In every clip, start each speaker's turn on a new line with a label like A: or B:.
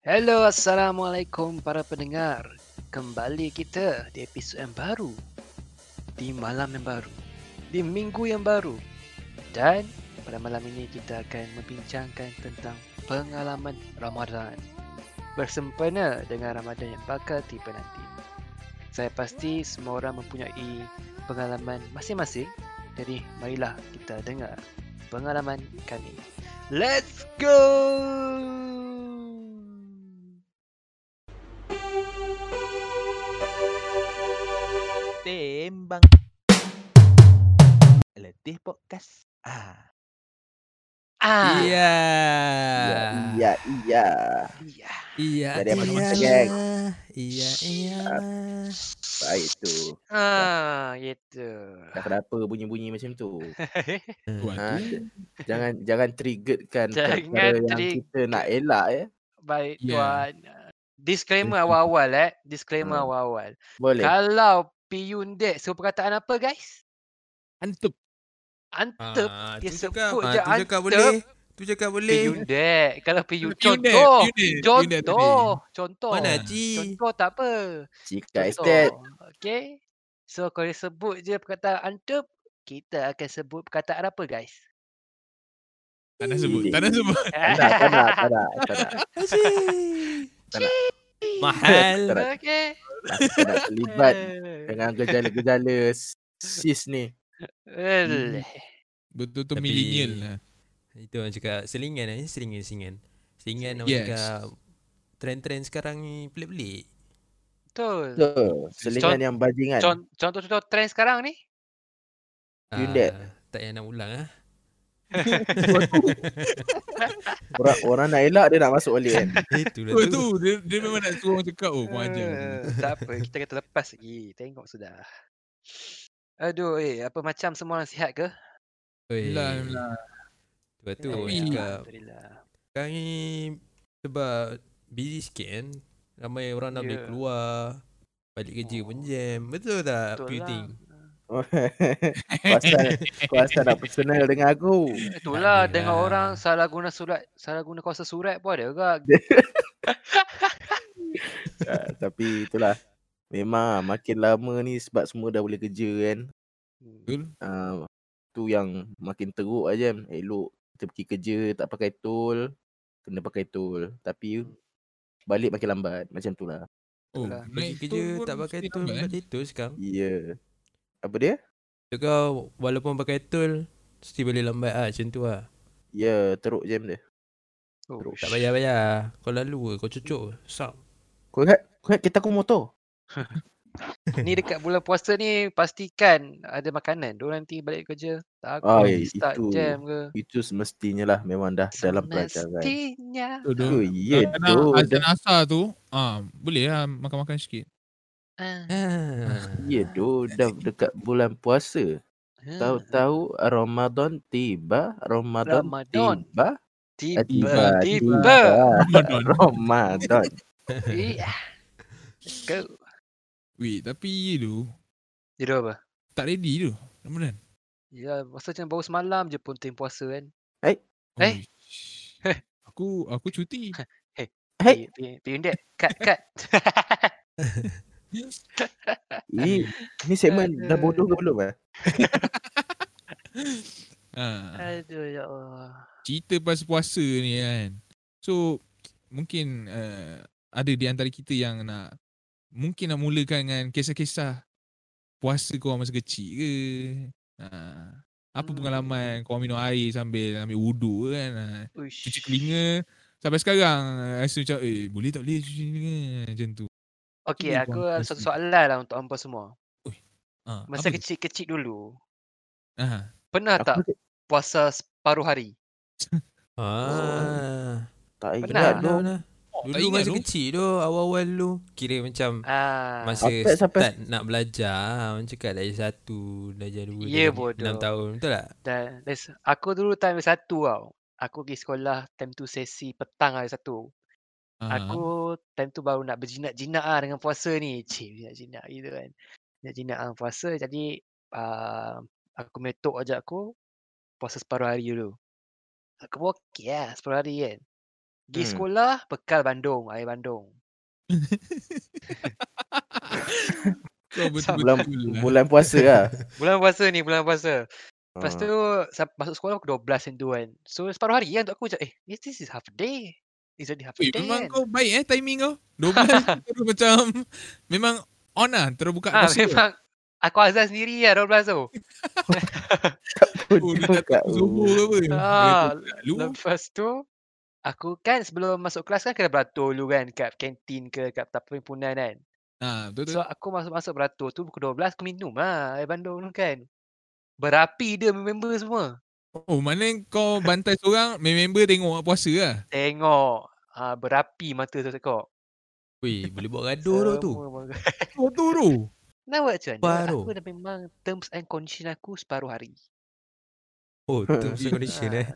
A: Hello, Assalamualaikum para pendengar. Kembali kita di episod yang baru. Di malam yang baru. Di minggu yang baru. Dan pada malam ini kita akan membincangkan tentang pengalaman Ramadan. Bersempena dengan Ramadan yang bakal tiba nanti. Saya pasti semua orang mempunyai pengalaman masing-masing. Jadi marilah kita dengar pengalaman kami. Let's go!
B: Tembang Letih Podcast ah.
A: Ah,
C: Iya.
D: Iya, iya, iya.
A: iya.
C: Iya.
D: Dari apa nama
C: iya,
D: geng?
C: Iya, iya.
D: Baik tu.
A: Ah, gitu.
D: Dah kenapa bunyi-bunyi macam tu?
C: Waduh.
D: Ha, j- jangan jangan triggerkan
A: Jangan
D: perkara yang
A: trigger.
D: kita nak elak ya.
A: Baik
C: Ya.
A: tuan. Disclaimer awal-awal eh. Disclaimer
D: Hmm.
A: awal-awal.
D: Boleh.
A: Kalau piundek sebut perkataan apa guys?
C: Antup.
A: Antep.
C: Ah,
A: Dia
C: tu
A: sebut
C: ah,
A: je
C: tu
A: antep.
C: cakap boleh. Tu cakap boleh.
A: Piundek. Kalau piyun
C: Piundek,
A: contoh.
C: piundek, piundek tu
A: Contoh.
C: boleh.
A: Contoh.
C: Mana
A: Contoh
C: Ji?
A: tak apa.
D: Jika estet.
A: Contoh. Okay. So kalau sebut je perkataan antep, kita akan sebut perkataan apa guys?
C: Tak nak sebut. Tak nak sebut.
D: Tak nak, tak nak, tak nak, tak nak.
C: Mahal.
D: Tak nak,
A: Okay.
D: tak nak terlibat dengan gejala-gejala sis ni.
A: Eh,
E: Betul tu
C: Tapi-
E: milenial
C: ha.
E: lah.
C: Itu orang cakap selingan eh, selingan selingan. Selingan orang
E: Yes.
C: cakap trend-trend sekarang ni pelik-pelik.
A: Betul.
D: So, selingan yang bajingan.
A: Con- Contoh-contoh trend sekarang ni
D: Unit.
C: Ah, tak payah nak ulang ah.
D: Orang, orang nak elak dia nak masuk balik kan.
C: Itulah
E: Oh
C: Eh, tu.
E: tu dia, dia memang nak suruh orang cakap oh
A: Eh,
E: panjang.
A: Tak apa Kita kata lepas lagi Tengok sudah Aduh eh Apa macam semua orang sihat ke?
C: Oi.
E: Lah lah.
C: Sebab tu orang
A: Alhamdulillah,
C: cakap
A: Alhamdulillah
C: Sekarang ni sebab busy sikit kan. Ramai orang nak boleh
A: Ya. Oh.
C: keluar. Balik kerja pun jam. Betul tak?
A: Betul lah. Eh,
C: Betul Puting.
D: Kuasa kuasa nak personal dengan aku.
A: Itulah
C: Takde
A: Dengan
C: lah.
A: orang Salah guna surat Salah guna kuasa surat pun ada ke?
D: Ah, tapi itulah. Memang makin lama ni sebab semua dah boleh kerja kan. uh, tu yang makin teruk aja kan. elok kita pergi kerja tak pakai tol kena pakai tol tapi balik makin lambat macam tu lah
E: Oh,
A: lah.
C: Pergi kerja tak pakai tol
E: kan?
C: pakai tol sekarang.
D: ya yeah. apa dia
C: So kau walaupun pakai tol mesti boleh lambat ah macam tu lah.
D: ya yeah, teruk jam dia
A: Oh,
D: Teruk.
C: Tak payah-payah. Kau lalu ke, kau cucuk. ke. Sap.
D: kau ingat kau ingat kita aku motor
A: Ni dekat bulan puasa ni Pastikan Ada makanan Diorang nanti balik kerja
D: Ah,
A: Takut
D: eh,
A: Start
D: itu.
A: jam ke
D: itu semestinya lah memang dah dalam perancangan
A: Semestinya
D: Oh,
E: Aduh.
D: ya
E: Kadang-kadang
D: doh.
E: azan asar tu, ah boleh lah makan-makan sikit.
A: Ah,
C: Ah.
D: Ya doh dah dekat bulan puasa.
A: Hmm.
D: Tahu-tahu Ramadan tiba, Ramadan,
A: Ramadan.
D: tiba, eh,
A: Tiba Tiba
E: Ramadan.
D: Ramadan.
A: Iya. Kan, Kau
E: Wait, tapi ye tu
A: Jadi apa?
E: tak ready tu. Ramadan.
A: Ya, masa macam baru semalam je pun tim puasa kan.
E: Oh,
A: Eh?
E: ish. Aku aku cuti.
D: Hei.
A: Pi- pi- Piundek, cut, cut.
D: Ini ni segmen dah bodoh ke belum eh?
E: Ha,
A: Aduh, ya Allah.
E: cerita pasal puasa ni kan. So mungkin uh, ada di antara kita yang nak mungkin nak mulakan dengan kisah-kisah puasa kau masa kecil ke. Ha. Apa
A: Hmm.
E: pengalaman kau minum air sambil ambil wuduk ke kan. Ha.
A: Uish.
E: Cuci telinga sampai sekarang rasa macam eh boleh tak boleh cuci telinga macam tu.
A: Okey,
E: ni
A: aku
E: buang
A: ada
E: puasa.
A: satu soalan lah untuk hampa semua.
E: Ha,
A: Masa
E: apa?
A: kecil-kecil dulu,
E: Ha.
A: pernah
D: Aku
A: tak
D: tak
A: puasa separuh hari?
C: Ah.
D: tak
A: Pernah.
D: ingat
C: Dah,
D: tu.
C: dah, dah.
E: Oh, tak
C: Dulu
E: ingat
C: masa
E: tu.
C: kecil tu awal-awal tu kira macam
A: Ah.
C: Masa
D: Apa- sampai-
C: start nak belajar Orang cakap darjah satu Darjah dua
A: Ya,
C: darjah tiga, Enam
A: bodoh.
C: tahun Betul tak?
A: Dan, dan se- aku dulu time satu tau. Aku pergi sekolah time tu sesi petang hari satu.
E: Ha.
A: Aku time tu baru nak berjinak-jinak lah dengan puasa ni. Cik, berjinak-jinak gitu kan. Berjinak-jinak dengan puasa. Jadi, uh, aku metok ajak aku puasa separuh hari dulu. Aku buat okey lah separuh hari kan. Pergi
D: Hmm.
A: sekolah, bekal Bandung, air Bandung.
E: Kau
D: Bulan,
E: betul-betul lah.
D: bulan puasa lah.
A: Bulan puasa ni, bulan puasa. Lepas
D: Ah.
A: tu sa- masuk sekolah pukul 12 itu kan. So separuh hari kan untuk aku macam eh this, this is half a day. Is it half a
E: Weh,
A: day? kan."
E: memang
A: Memang
E: kau baik eh timing kau. 12 terus macam memang on lah terus buka
A: ha,
E: puasa.
A: memang aku azan sendiri lah 12 tu.
E: Oh, dia tak tahu Zuhur Ya ke apa.
A: Ah,
E: Lu
A: Lepas tu aku kan sebelum masuk kelas kan kena beratur dulu kan kat kantin ke kat tempat perhimpunan kan.
E: ah betul betul.
A: So aku masuk-masuk beratur tu pukul 12 aku minum lah air Bandung tu kan. Berapi dia member semua.
E: Oh, mana kau bantai seorang member tengok puasa lah.
A: Tengok. Ha, berapi mata tu tekok.
C: Weh, boleh buat gaduh tu.
E: Oh, tu tu.
A: Nak buat macam mana?
C: Baru.
A: Aku dah memang terms and condition aku separuh hari.
C: Oh, terms and condition eh.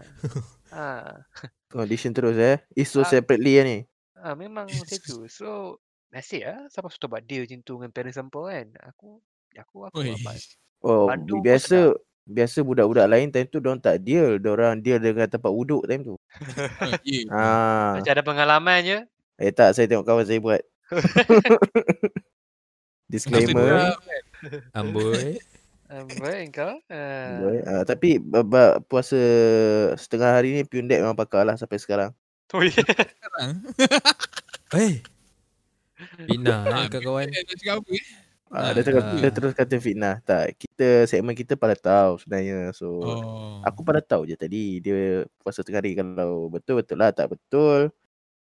A: Ha.
D: Condition terus eh. It's so
A: Ah.
D: separately lah ni.
A: Ha, memang macam tu. So, nasib lah. Siapa suruh buat deal macam tu dengan parents sampah kan. Aku, aku, aku
E: Oi.
A: apa.
D: Oh,
A: Bandung pun
D: biasa biasa budak-budak lain time tu diorang tak deal. Diorang deal dengan tempat wuduk time tu.
E: Ah, yeah.
D: Ah,
A: Macam ada pengalaman je.
D: eh tak saya tengok kawan saya buat.
E: Masa
D: Disclaimer.
E: tu,
C: Amboi.
A: Um, baik kau. Uh,
D: Boy. Ah, tapi bab puasa setengah hari ni Pundek memang pakar lah sampai sekarang.
E: Sekarang.
C: Eh. Pina eh,
E: Ah,
C: kat kawan.
E: Eh, nak cakap apa eh? Ah,
D: Ah, dia, terus,
C: ah.
D: dia terus kata fitnah. Tak, kita segmen kita pada tahu sebenarnya. So
E: Oh.
D: Aku pada tahu je tadi dia puasa tengah hari kalau betul betul lah tak betul.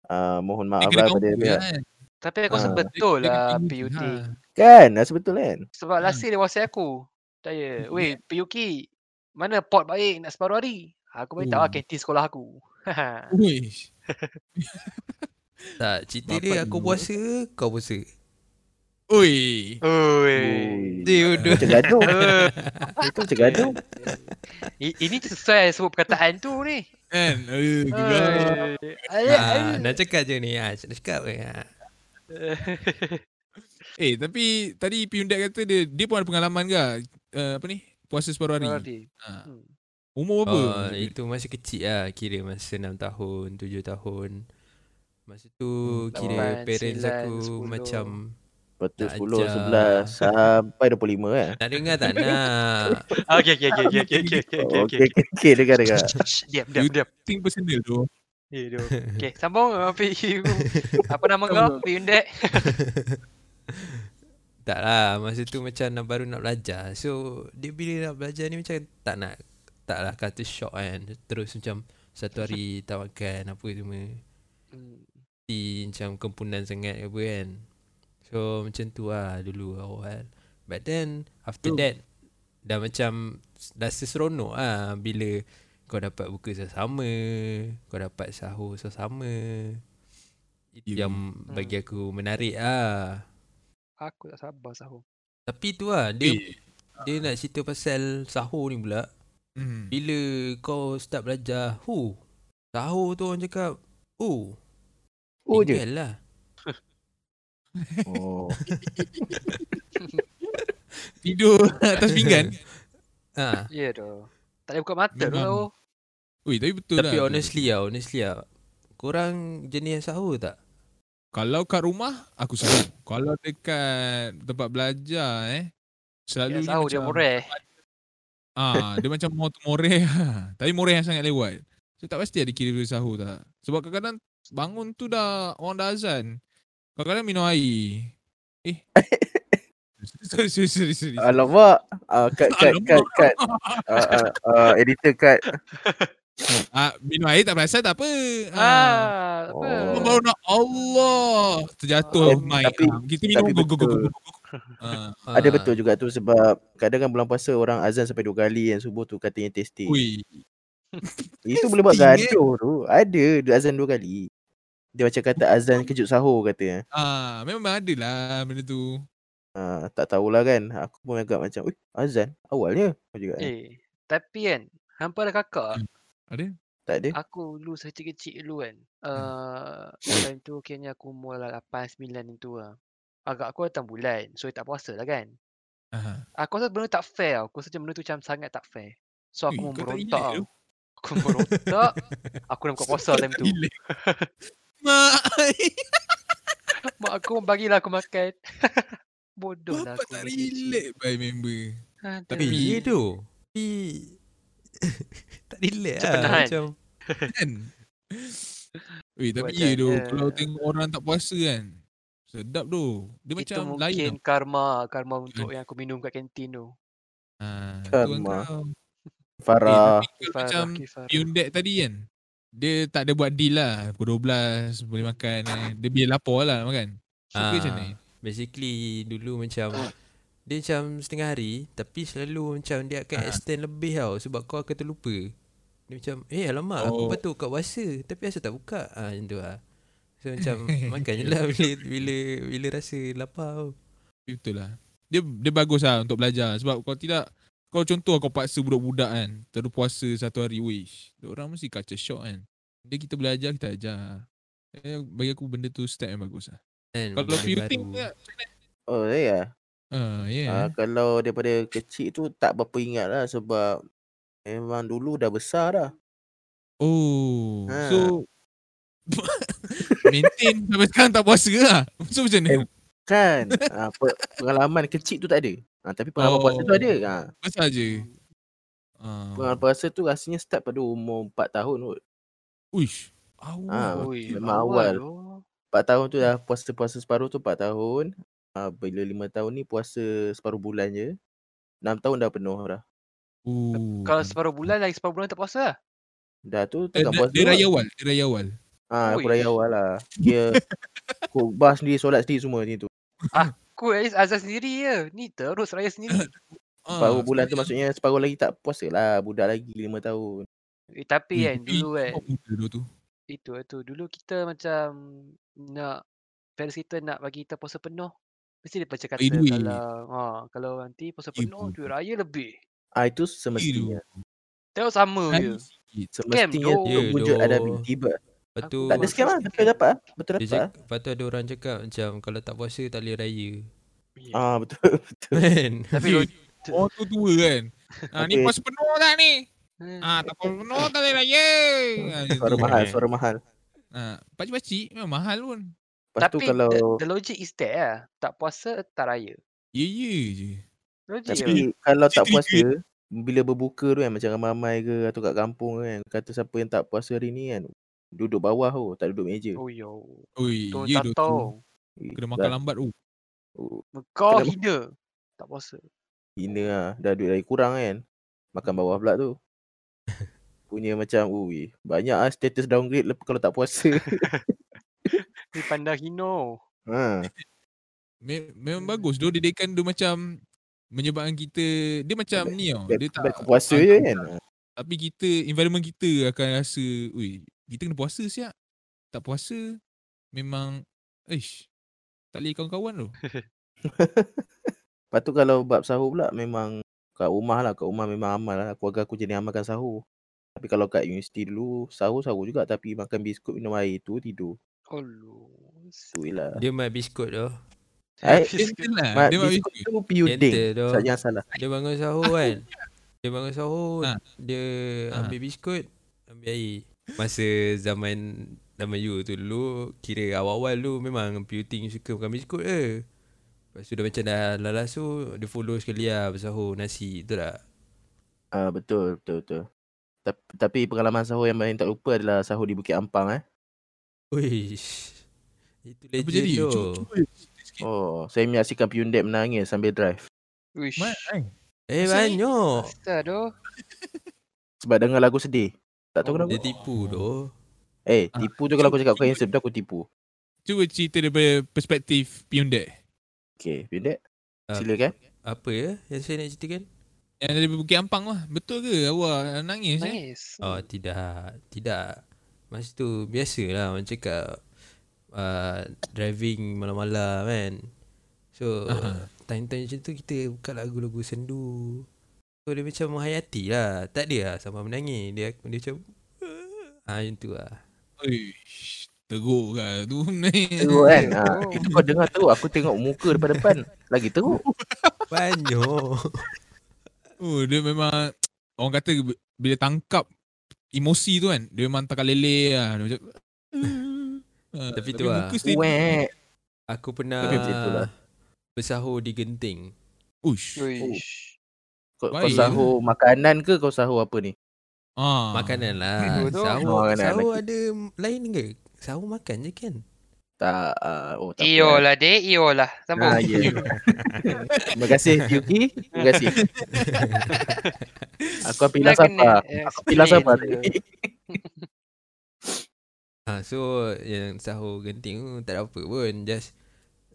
D: Uh, mohon
E: Dia
D: maaf
E: kena
D: lah
E: kawan
D: pada
E: juga
D: dia.
E: kan.
A: tapi aku
D: Ah.
A: rasa betul lah PUD.
E: Ah.
D: Kan, rasa betul kan?
A: Sebab
E: Hmm.
A: last year dia whatsapp aku. Tanya, weh PUK, mana pot baik nak separuh hari? Aku beritahu lah
E: Oh.
A: kantin sekolah aku. Haha.
E: Uish.
C: Tak, cerita dia
D: Bapak
C: aku
D: you.
C: puasa, kau puasa.
E: Oi.
A: Oi.
D: Ui,
C: Dia udah.
D: Macam gaduh.
A: Eh,
D: Itu macam gaduh.
A: i- Ini sesuai sebut perkataan tu ni.
E: Kan? Eh, gegar.
A: Oi.
C: Ha,
A: Ayah, ayah.
C: nak cakap je ni. Ha, nak cakap ke? Ha.
E: Eh, tapi tadi Piundak kata dia dia pun ada pengalaman ke? Uh, apa ni? Puasa separuh hari.
A: Separuh hari.
E: Ah.
A: Hmm.
E: Umur berapa?
C: Oh, itu masa kecil lah. Kira masa 6 tahun, 7 tahun. Masa tu
D: Hmm,
C: kira
A: lapan,
C: parents
A: sembilan,
C: aku
A: sepuluh.
C: macam
D: Betul
C: Tak
D: 10, 11 sampai 25 eh.
C: nak dengar tak nak.
A: Okey okey okey okey okey okey okey okey.
D: Oh, Okey, okey, okey, dengar, dengar.
A: Shh, shh, Diam diam
E: You-
A: diam.
E: Think personal tu.
A: Ya doh. Okey, sambung api apa nama kau?
E: Sambung.
A: Piundek.
C: tak lah, masa tu macam nak baru nak belajar. So, dia bila nak belajar ni macam tak nak tak lah kata shock kan. Terus macam satu hari tak makan apa semua.
A: Hmm.
C: hati macam kempunan sangat ke apa kan So macam tu lah dulu awal But then after
E: True.
C: that Dah macam rasa seronok lah bila kau dapat buka sama-sama Kau dapat sahur sama-sama Itu
E: Yeah.
C: yang bagi aku menarik lah
A: Aku tak sabar sahur.
C: Tapi tu lah dia,
E: Eh.
C: dia nak cerita pasal sahur ni pula
E: Hmm.
C: bila kau start belajar Hu Sahur tu orang cakap Oh
D: Oh je.
C: tinggal lah
D: Oh.
E: Tidur atas pinggan.
C: ha.
A: Ya doh. Tak boleh buka mata
E: Memang.
A: doh.
E: Ui, tapi betul lah.
C: Tapi
E: tu.
C: honestly lah, honestly lah. Korang jenis yang sahur tak?
E: Kalau kat rumah aku selalu. Kalau dekat tempat belajar eh
A: Ya
E: selalu
A: sahur dia murah.
E: Ah, dia macam mau moreh. ah. Tapi moreh yang sangat lewat. So tak pasti ada kira sahur tak. Sebab kadang-kadang bangun tu dah orang dah azan. Kadang-kadang minum air. Eh. sorry, sorry, sorry, sorry.
D: Alamak. Ah, kat kat kat kat ah, ah, ah, editor kat
E: Ah, minum air tak perasan tak apa. Ah.
A: Ah, apa?
E: Cuma baru nak Allah terjatuh
D: Tapi-
E: mic.
D: tapi-
E: Ah, kita minum
D: tapi
E: go go go go.
D: betul.
E: go, go. Ah,
D: ada betul juga tu sebab kadang kan bulan puasa orang azan sampai dua kali yang subuh tu katanya tasty.
E: ui.
D: Itu boleh buat
E: Testing, eh?
D: gaduh tu. Ada dia azan dua kali. Dia macam kata azan kejut sahur katanya.
E: Ah, memang ada lah benda tu.
D: Ha, tak tahulah kan. Aku pun agak macam, "Wih, azan awalnya." Aku juga. Eh.
A: Eh, tapi kan hampa ada kakak.
E: Ada?
D: Tak
E: Eh.
D: ada.
E: ah,
A: Aku dulu sekecil-kecil dulu kan. Uh,
E: Hmm.
A: time tu kiranya aku umur lah 8 9 tu lah. Agak aku datang bulan. So tak puasa lah kan.
E: Ah.
A: Aku rasa benda tu tak fair tau. Aku rasa macam benda tu macam sangat tak fair. So aku pun
E: Ui, kau tak
A: berontak
E: relate
A: tau.
E: tu.
A: Aku berotak. Aku nak buka puasa time tu.
E: Gila. Mak,
A: Mak aku bagilah aku makan. Bodoh lah
E: bapak
A: aku.
E: tak
A: ni kecil. Ah,
E: relate by member.
A: Aduh.
E: Tapi-
C: Tapi ya tu. Tapi tak relate
A: Macam
C: lah.
A: penahan.
C: Macam
E: Kan? Weh, tapi
A: Buat
E: ya tu.
A: macam,
E: Kalau
A: eh.
E: tengok orang tak puasa kan. Sedap tu. Dia
A: itu
E: macam
A: mungkin
E: lain tau.
A: karma karma untuk yang aku minum kat kantin tu.
E: Ha, tu
D: Karma.
E: engkau.
D: Farah.
E: Eh, tapi kalau
A: Kifarah,
E: macam
A: kifarah.
E: Hyundai tadi kan. Dia tak ada buat deal lah. Pukul 12 boleh makan. Eh. Dia biar lapar lah makan. Suka
C: Ah.
E: macam ni.
C: basically dulu macam dia macam setengah hari tapi selalu macam dia akan
E: Ah.
C: extend lebih tau sebab kau akan terlupa. Dia macam eh alamak aku
E: Oh.
C: patut buka puasa tapi asal tak buka. Ah macam tu lah. So macam makan je lah bila, bila, bila rasa lapar tau.
E: Betul lah. Dia dia bagus lah untuk belajar sebab kalau tidak kau contoh kau paksa budak-budak kan terus puasa satu hari wish. Orang mesti kaca shock kan. Dia kita belajar kita ajar. Eh, bagi aku benda tu step yang bagus lah.
C: Kan,
E: Kalau
C: benda
E: parenting
C: baru.
E: pula,
D: Oh, ya.
E: ah
D: Yeah.
E: yeah.
D: kalau daripada kecil tu tak berapa ingat lah sebab memang dulu dah besar dah.
E: oh,
D: Ha.
E: so maintain sampai sekarang tak puasa lah. So macam mana?
D: Eh, Kan? ha, pe- pengalaman kecil tu tak ada. Ha, tapi pengalaman oh. puasa tu
E: Oh.
D: ada. Ha,
E: Besar je. Ah.
D: pengalaman puasa tu rasanya start pada umur 4 tahun kot.
E: Uish. Awal.
D: Ah,
A: Ui,
D: memang awal.
A: oh.
D: 4 tahun tu dah puasa-puasa separuh tu 4 tahun. Ha, bila 5 tahun ni puasa separuh bulan je. 6 tahun dah penuh dah.
E: Oh.
A: Kalau separuh bulan lagi separuh bulan tak puasa lah.
D: Dah tu
E: Eh,
D: tengah
E: dia,
D: puasa. lah.
E: dia
D: tu
E: raya awal, dia raya awal.
D: Ah, aku
A: Ui.
D: raya awal lah. Dia khutbah sendiri, solat sendiri semua ni tu.
E: Ah,
A: Aku at least azan sendiri je. Ni terus raya sendiri.
E: Ah,
D: Separuh bulan tu maksudnya separuh lagi tak puasa lah. Budak lagi lima tahun.
A: eh, tapi
E: Ui,
A: kan
E: tapi
A: dulu kan.
E: kau muda dulu tu.
A: Itu lah tu. Dulu kita macam nak parents kita nak bagi kita puasa penuh. Mesti dia macam kata
E: Eh, duit.
A: kalau ha, kalau nanti puasa
E: Eh,
A: penuh
E: duit.
A: duit raya lebih.
D: Ah, itu semestinya.
A: Tengok sama
E: Kan?
A: je.
D: Semestinya
A: doh.
C: Ya, doh.
D: wujud ada tiba.
C: Lepas
A: Aku
C: tu
D: Tak ada
A: Masuk
D: scam lah.
A: sikit.
D: Betul dapat lah. Betul
C: dia
D: dapat lah.
C: cakap, lepas tu ada orang cakap macam kalau tak puasa tak boleh raya.
A: Ya.
D: Ah, betul.
C: Kan?
A: Tapi
E: Dia-
A: log-
E: Orang tu tua kan. Ah ni
D: Okey.
E: puas penuh lah ni.
A: eh,
E: Ah tak puas penuh tak boleh raya. Ah, macam
D: Suara
E: tu.
D: mahal, suara mahal.
E: Ah pakcik-pakcik memang mahal pun.
D: Lepas tu
A: tapi
D: kalau
A: the, the logic is there lah. Tak puasa tak raya.
E: Ya ya je.
A: Logik je.
D: tapi kalau tak
E: Cik
D: puasa bila berbuka tu kan macam ramai-ramai ke atau kat kampung kan kata siapa yang tak puasa hari ni kan duduk bawah tu tak duduk meja.
A: Oh yo.
E: Oi,
A: Tu
E: ya
A: tak
E: tu.
A: tahu.
D: Eh,
E: Kena makan
D: dah-
E: lambat tu.
D: oh,
A: Kau
D: Kena-
A: hina. Tak puasa.
D: Hina lah. Dah duit lagi kurang kan. Makan bawah pula tu. Punya macam ui banyak ah status downgrade lepas kalau tak puasa.
A: Ni pandang hino.
D: ha.
E: Me- memang
A: Hmm.
E: bagus. Dia didikan dia macam menyebabkan kita dia macam ni tau. Dia tak
D: Aku puasa je kan.
E: Tapi kita environment kita akan rasa, ui, kita kena puasa siap. Tak puasa memang eish. Tak boleh kawan-kawan tu.
D: Lepas tu kalau bab sahur pula memang kat rumah lah. Kat rumah memang amal lah. Keluarga aku jenis amalkan sahur. Tapi kalau kat universiti dulu sahur-sahur juga tapi makan biskut minum air tu tidur.
A: Allah.
D: Tu je lah.
C: Kan? Dia main biskut tu.
D: Eh,
E: Gentle lah.
D: ma-
E: Dia mak
D: biskut tu piuding.
C: Gentle tu.
D: Tak jangan salah.
C: Dia bangun sahur kan. Dia bangun sahur,
E: Ha.
C: dia
E: Ha.
C: ambil biskut, ambil air. Masa zaman zaman you tu dulu, kira awal-awal dulu memang puting suka makan biskut ke. Lepas tu dah macam dah lalas tu, dia follow sekali lah bersahur nasi, betul tak?
D: Ah betul, betul, betul. Tapi, tapi pengalaman sahur yang paling tak lupa adalah sahur di Bukit Ampang eh.
C: Uish. Itu
E: Apa
C: legend
E: jadi?
C: tu.
E: Cuba, cuba. cerita sikit.
D: Oh, saya menyaksikan Hyundai menangis sambil drive.
A: Wish.
E: Mat, kan? ai.
C: Eh
E: Masa ni-
C: banyak.
A: Astaga doh.
D: Sebab dengar lagu sedih. Tak
A: Oh.
D: tahu kenapa.
C: Dia tipu tu.
D: Eh,
E: Ah,
D: tipu tu kalau aku cakap kau
E: tipu.
D: handsome tu aku tipu.
E: Cuba cerita daripada perspektif Hyundai.
D: Okey, pendek.
C: Ah.
D: E Silakan.
C: Apa ya yang saya nak ceritakan?
E: Yang dari Bukit Ampang lah. Betul ke awak nangis? eh?
A: Nice.
D: Hmm.
C: Oh tidak, tidak. Masa tu biasalah orang cakap uh, driving malam-malam kan. So
E: Aha.
C: time-time macam tu kita buka lagu-lagu sendu. So dia macam menghayati lah. Tak dia lah sampai menangis. Dia dia macam ah macam tu lah.
E: Uish, teruk lah tu ni.
D: Teruk kan? Ha,
A: Oh.
D: itu kau dengar teruk. Aku tengok muka depan depan. Lagi teruk.
C: Banyak.
E: Oh, dia memang orang kata bila tangkap emosi tu kan dia memang takkan leleh lah dia macam Ah,
C: Tapi tu lah.
E: muka steady.
D: Wek.
C: Aku pernah
D: Tapi macam itulah.
C: bersahur di genting.
E: Uish.
A: Uish.
D: Kau, kau
E: Baik.
D: sahur makanan ke kau sahur apa ni?
E: Ah.
C: Makanan lah.
A: Betul.
C: Sahur,
D: Makanan.
C: sahur ada lain ke? Sahur makan je kan?
D: Tak uh, oh tak. apa.
A: Iolah, lah, dek. Iolah. Sambung.
D: Ah, ya. Terima kasih Yuki. Terima kasih. Aku pilih sabar. Aku pilih sabar. tadi.
C: Ha, so yang sahur genting tu tak ada apa pun. Just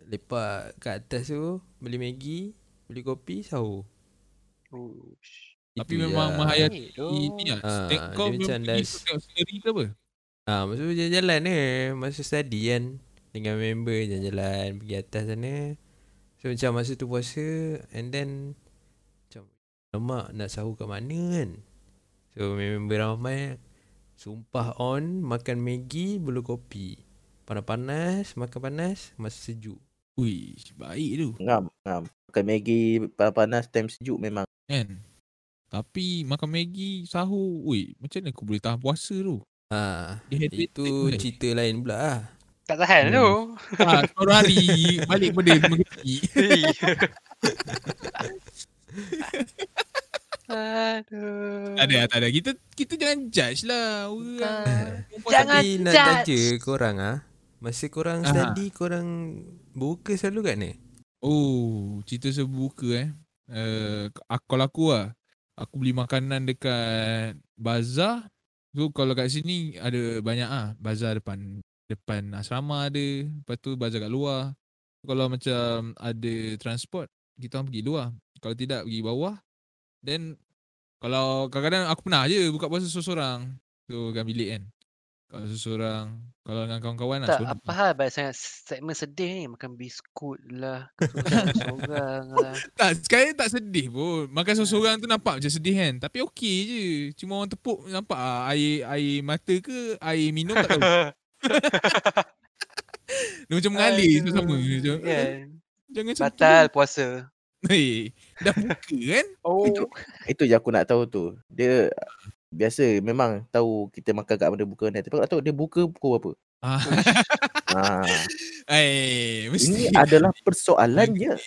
C: lepak kat atas tu, beli Maggi, beli kopi, sahur.
E: Tapi
C: Itu
E: memang
C: je. lah.
E: menghayati
A: Ini
E: Ini lah.
C: Ah,
E: Tengok kau memang
C: dia macam
E: pergi
C: dah-
E: tu tengok scenery ke apa?
C: Ah, maksud jalan-jalan eh. Masa study kan. Dengan member jalan-jalan pergi atas sana. So macam masa tu puasa and then macam lemak nak sahur kat mana kan. So member ramai sumpah on makan Maggi bulu kopi. Panas-panas, makan panas, masa sejuk.
E: Ui, baik tu.
D: Ngam, ngam. Makan Maggi panas time sejuk memang.
E: Kan? Tapi makan Maggi, sahur. Ui, macam mana kau boleh tahan puasa tu?
C: Ha,
E: Dia habit
C: itu
E: kan?
C: cerita lain pula lah.
A: Tak tahan
C: Hmm.
A: tu.
E: Ah, seorang hari balik benda mengerti.
A: Aduh.
E: Tak ada, tak ada. Kita kita jangan judge lah orang.
A: Tak. Ah. Jangan
C: Tapi nak tanya
A: judge.
C: korang ah. Masa korang
E: Aha.
C: study, korang buka selalu kat ni?
E: Oh, cerita sebuka eh. Uh, aku, kalau aku lah, aku beli makanan dekat bazar. So kalau kat sini ada banyak ah bazar depan depan asrama ada, lepas tu bazar kat luar. Kalau macam ada transport, kita orang pergi luar. Kalau tidak pergi bawah. Then kalau kadang-kadang aku pernah je buka puasa seorang. So kan bilik kan. Kalau seorang, kalau dengan kawan-kawan lah.
A: Tak,
E: seorang.
A: apa hal baik sangat segmen sedih ni. Makan biskut lah. Sorang-sorang lah.
E: Tak, sekarang tak sedih pun. Makan seorang-seorang tu nampak macam sedih kan. Tapi okey je. Cuma orang tepuk nampak ah, air air mata ke air minum tak tahu. Dia macam mengalir tu sama. Dia Macam,
A: Kan?
E: Jangan macam tu.
A: Batal puasa.
E: Eh, dah buka kan?
A: Oh.
D: Itu je aku nak tahu tu. Dia biasa memang tahu kita makan kat mana buka ni. Tapi aku nak tahu dia buka pukul berapa.
E: Ah,
D: Ha.
E: eh, mesti.
D: Ini adalah persoalannya.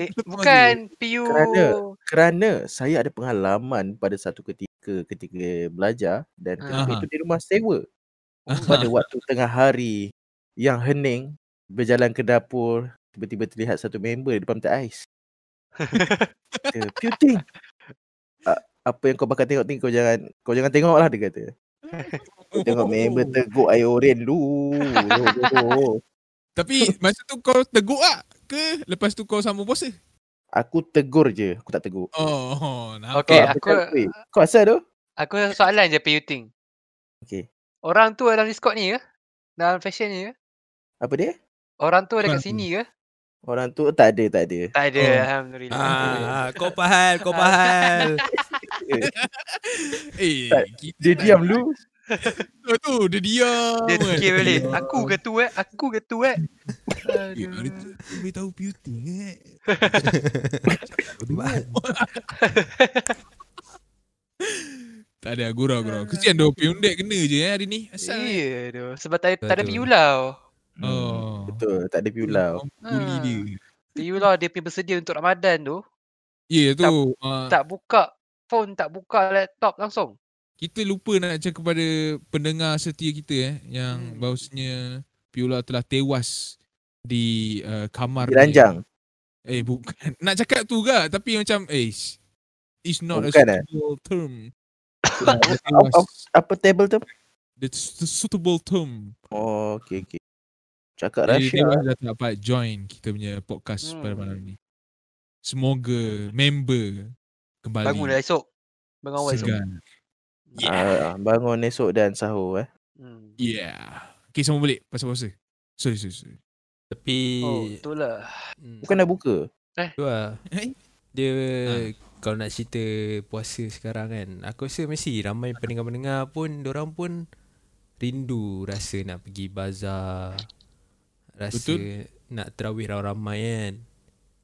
A: Eh,
E: Betul
A: bukan PU.
D: Kerana Kerana saya ada pengalaman pada satu ketika ketika belajar dan ketika
E: Aha.
D: itu di rumah sewa.
E: Aha.
D: Pada waktu tengah hari yang hening berjalan ke dapur tiba-tiba terlihat satu member di depan minta ais. Dia, Puting. "A- Apa yang kau bakal tengok ni kau jangan kau jangan tengok lah dia kata. Tengok member teguk air oren lu. Loh, loh, loh.
E: Tapi masa tu kau teguk ah ke lepas tu kau sambung puasa?
D: Aku tegur je, aku tak tegur.
E: Oh, oh nampak.
A: Okey,
D: Kau, aku,
A: aku-
D: cakap, "Weh, kau asal tu?
A: Aku ada soalan je PU Ting.
D: Okey.
A: Orang tu dalam Discord ni ke? Dalam fashion ni ke?
D: Apa dia?
A: Orang tu ada kat
E: Bukan.
A: sini ke?
D: Orang tu tak ada, tak ada.
A: Tak ada,
E: Oh.
A: Alhamdulillah.
C: Ah, kau pahal, kau pahal.
E: Eh,
D: Tak,
E: kita
D: Dia
E: tak-
D: diam lu.
E: Oh, tu, dia diam.
A: Dia
E: kan.
A: fikir balik.
E: Diam.
A: Aku ke tu eh? Aku ke tu eh?
E: Eh, hari
A: Aduh.
E: tu aku boleh tahu beauty eh. tak ada gurau gurau. Kesian dia piundek kena je eh hari ni. Asal. eh.
A: Iya tu. Sebab tak, tak ada
C: Aduh.
A: PU lah.
E: Oh.
D: Betul, lah. tak ada piulau.
E: Orang Bully
A: Ah.
E: dia.
A: PU lah dia punya bersedia untuk Ramadan tu.
E: Ya yeah, tu. ah,
A: Tak buka phone, tak buka laptop langsung.
E: kita lupa nak cakap kepada pendengar setia kita eh yang
A: Hmm.
E: bahawasanya Piula telah tewas di uh, kamar
D: Diranjang.
E: Eh bukan. Nak cakap tu ke tapi macam eh sh- it's not
D: Bukan,
E: a
D: eh?
E: suitable term.
D: Apa-
E: Dia tewas.
D: apa- Apa table tu?
E: The, the suitable term.
D: Oh, okey okey. Cakap lah,
E: Jadi
D: Russia.
E: Dewas dah tak dapat join kita punya podcast hmm. pada
A: lah. Hmm.
E: malam ni. Semoga member kembali
A: Bangunlah esok. Bangun awal esok.
E: segan. Yeah.
D: Ah, ah, bangun esok dan sahur eh.
A: Hmm.
E: Yeah. Okay, sama balik pasal puasa. Sorry, sorry, sorry.
C: Tapi
A: Oh,
C: Eh.
A: itulah.
C: hmm,
D: Bukan dah buka.
C: tu lah.
E: Eh?
C: Dia kalau nak cerita puasa sekarang kan, aku rasa mesti ramai pendengar-pendengar pun orang pun rindu rasa nak pergi bazar. Rasa
E: Betul. Hmm.
C: nak terawih ramai-ramai kan.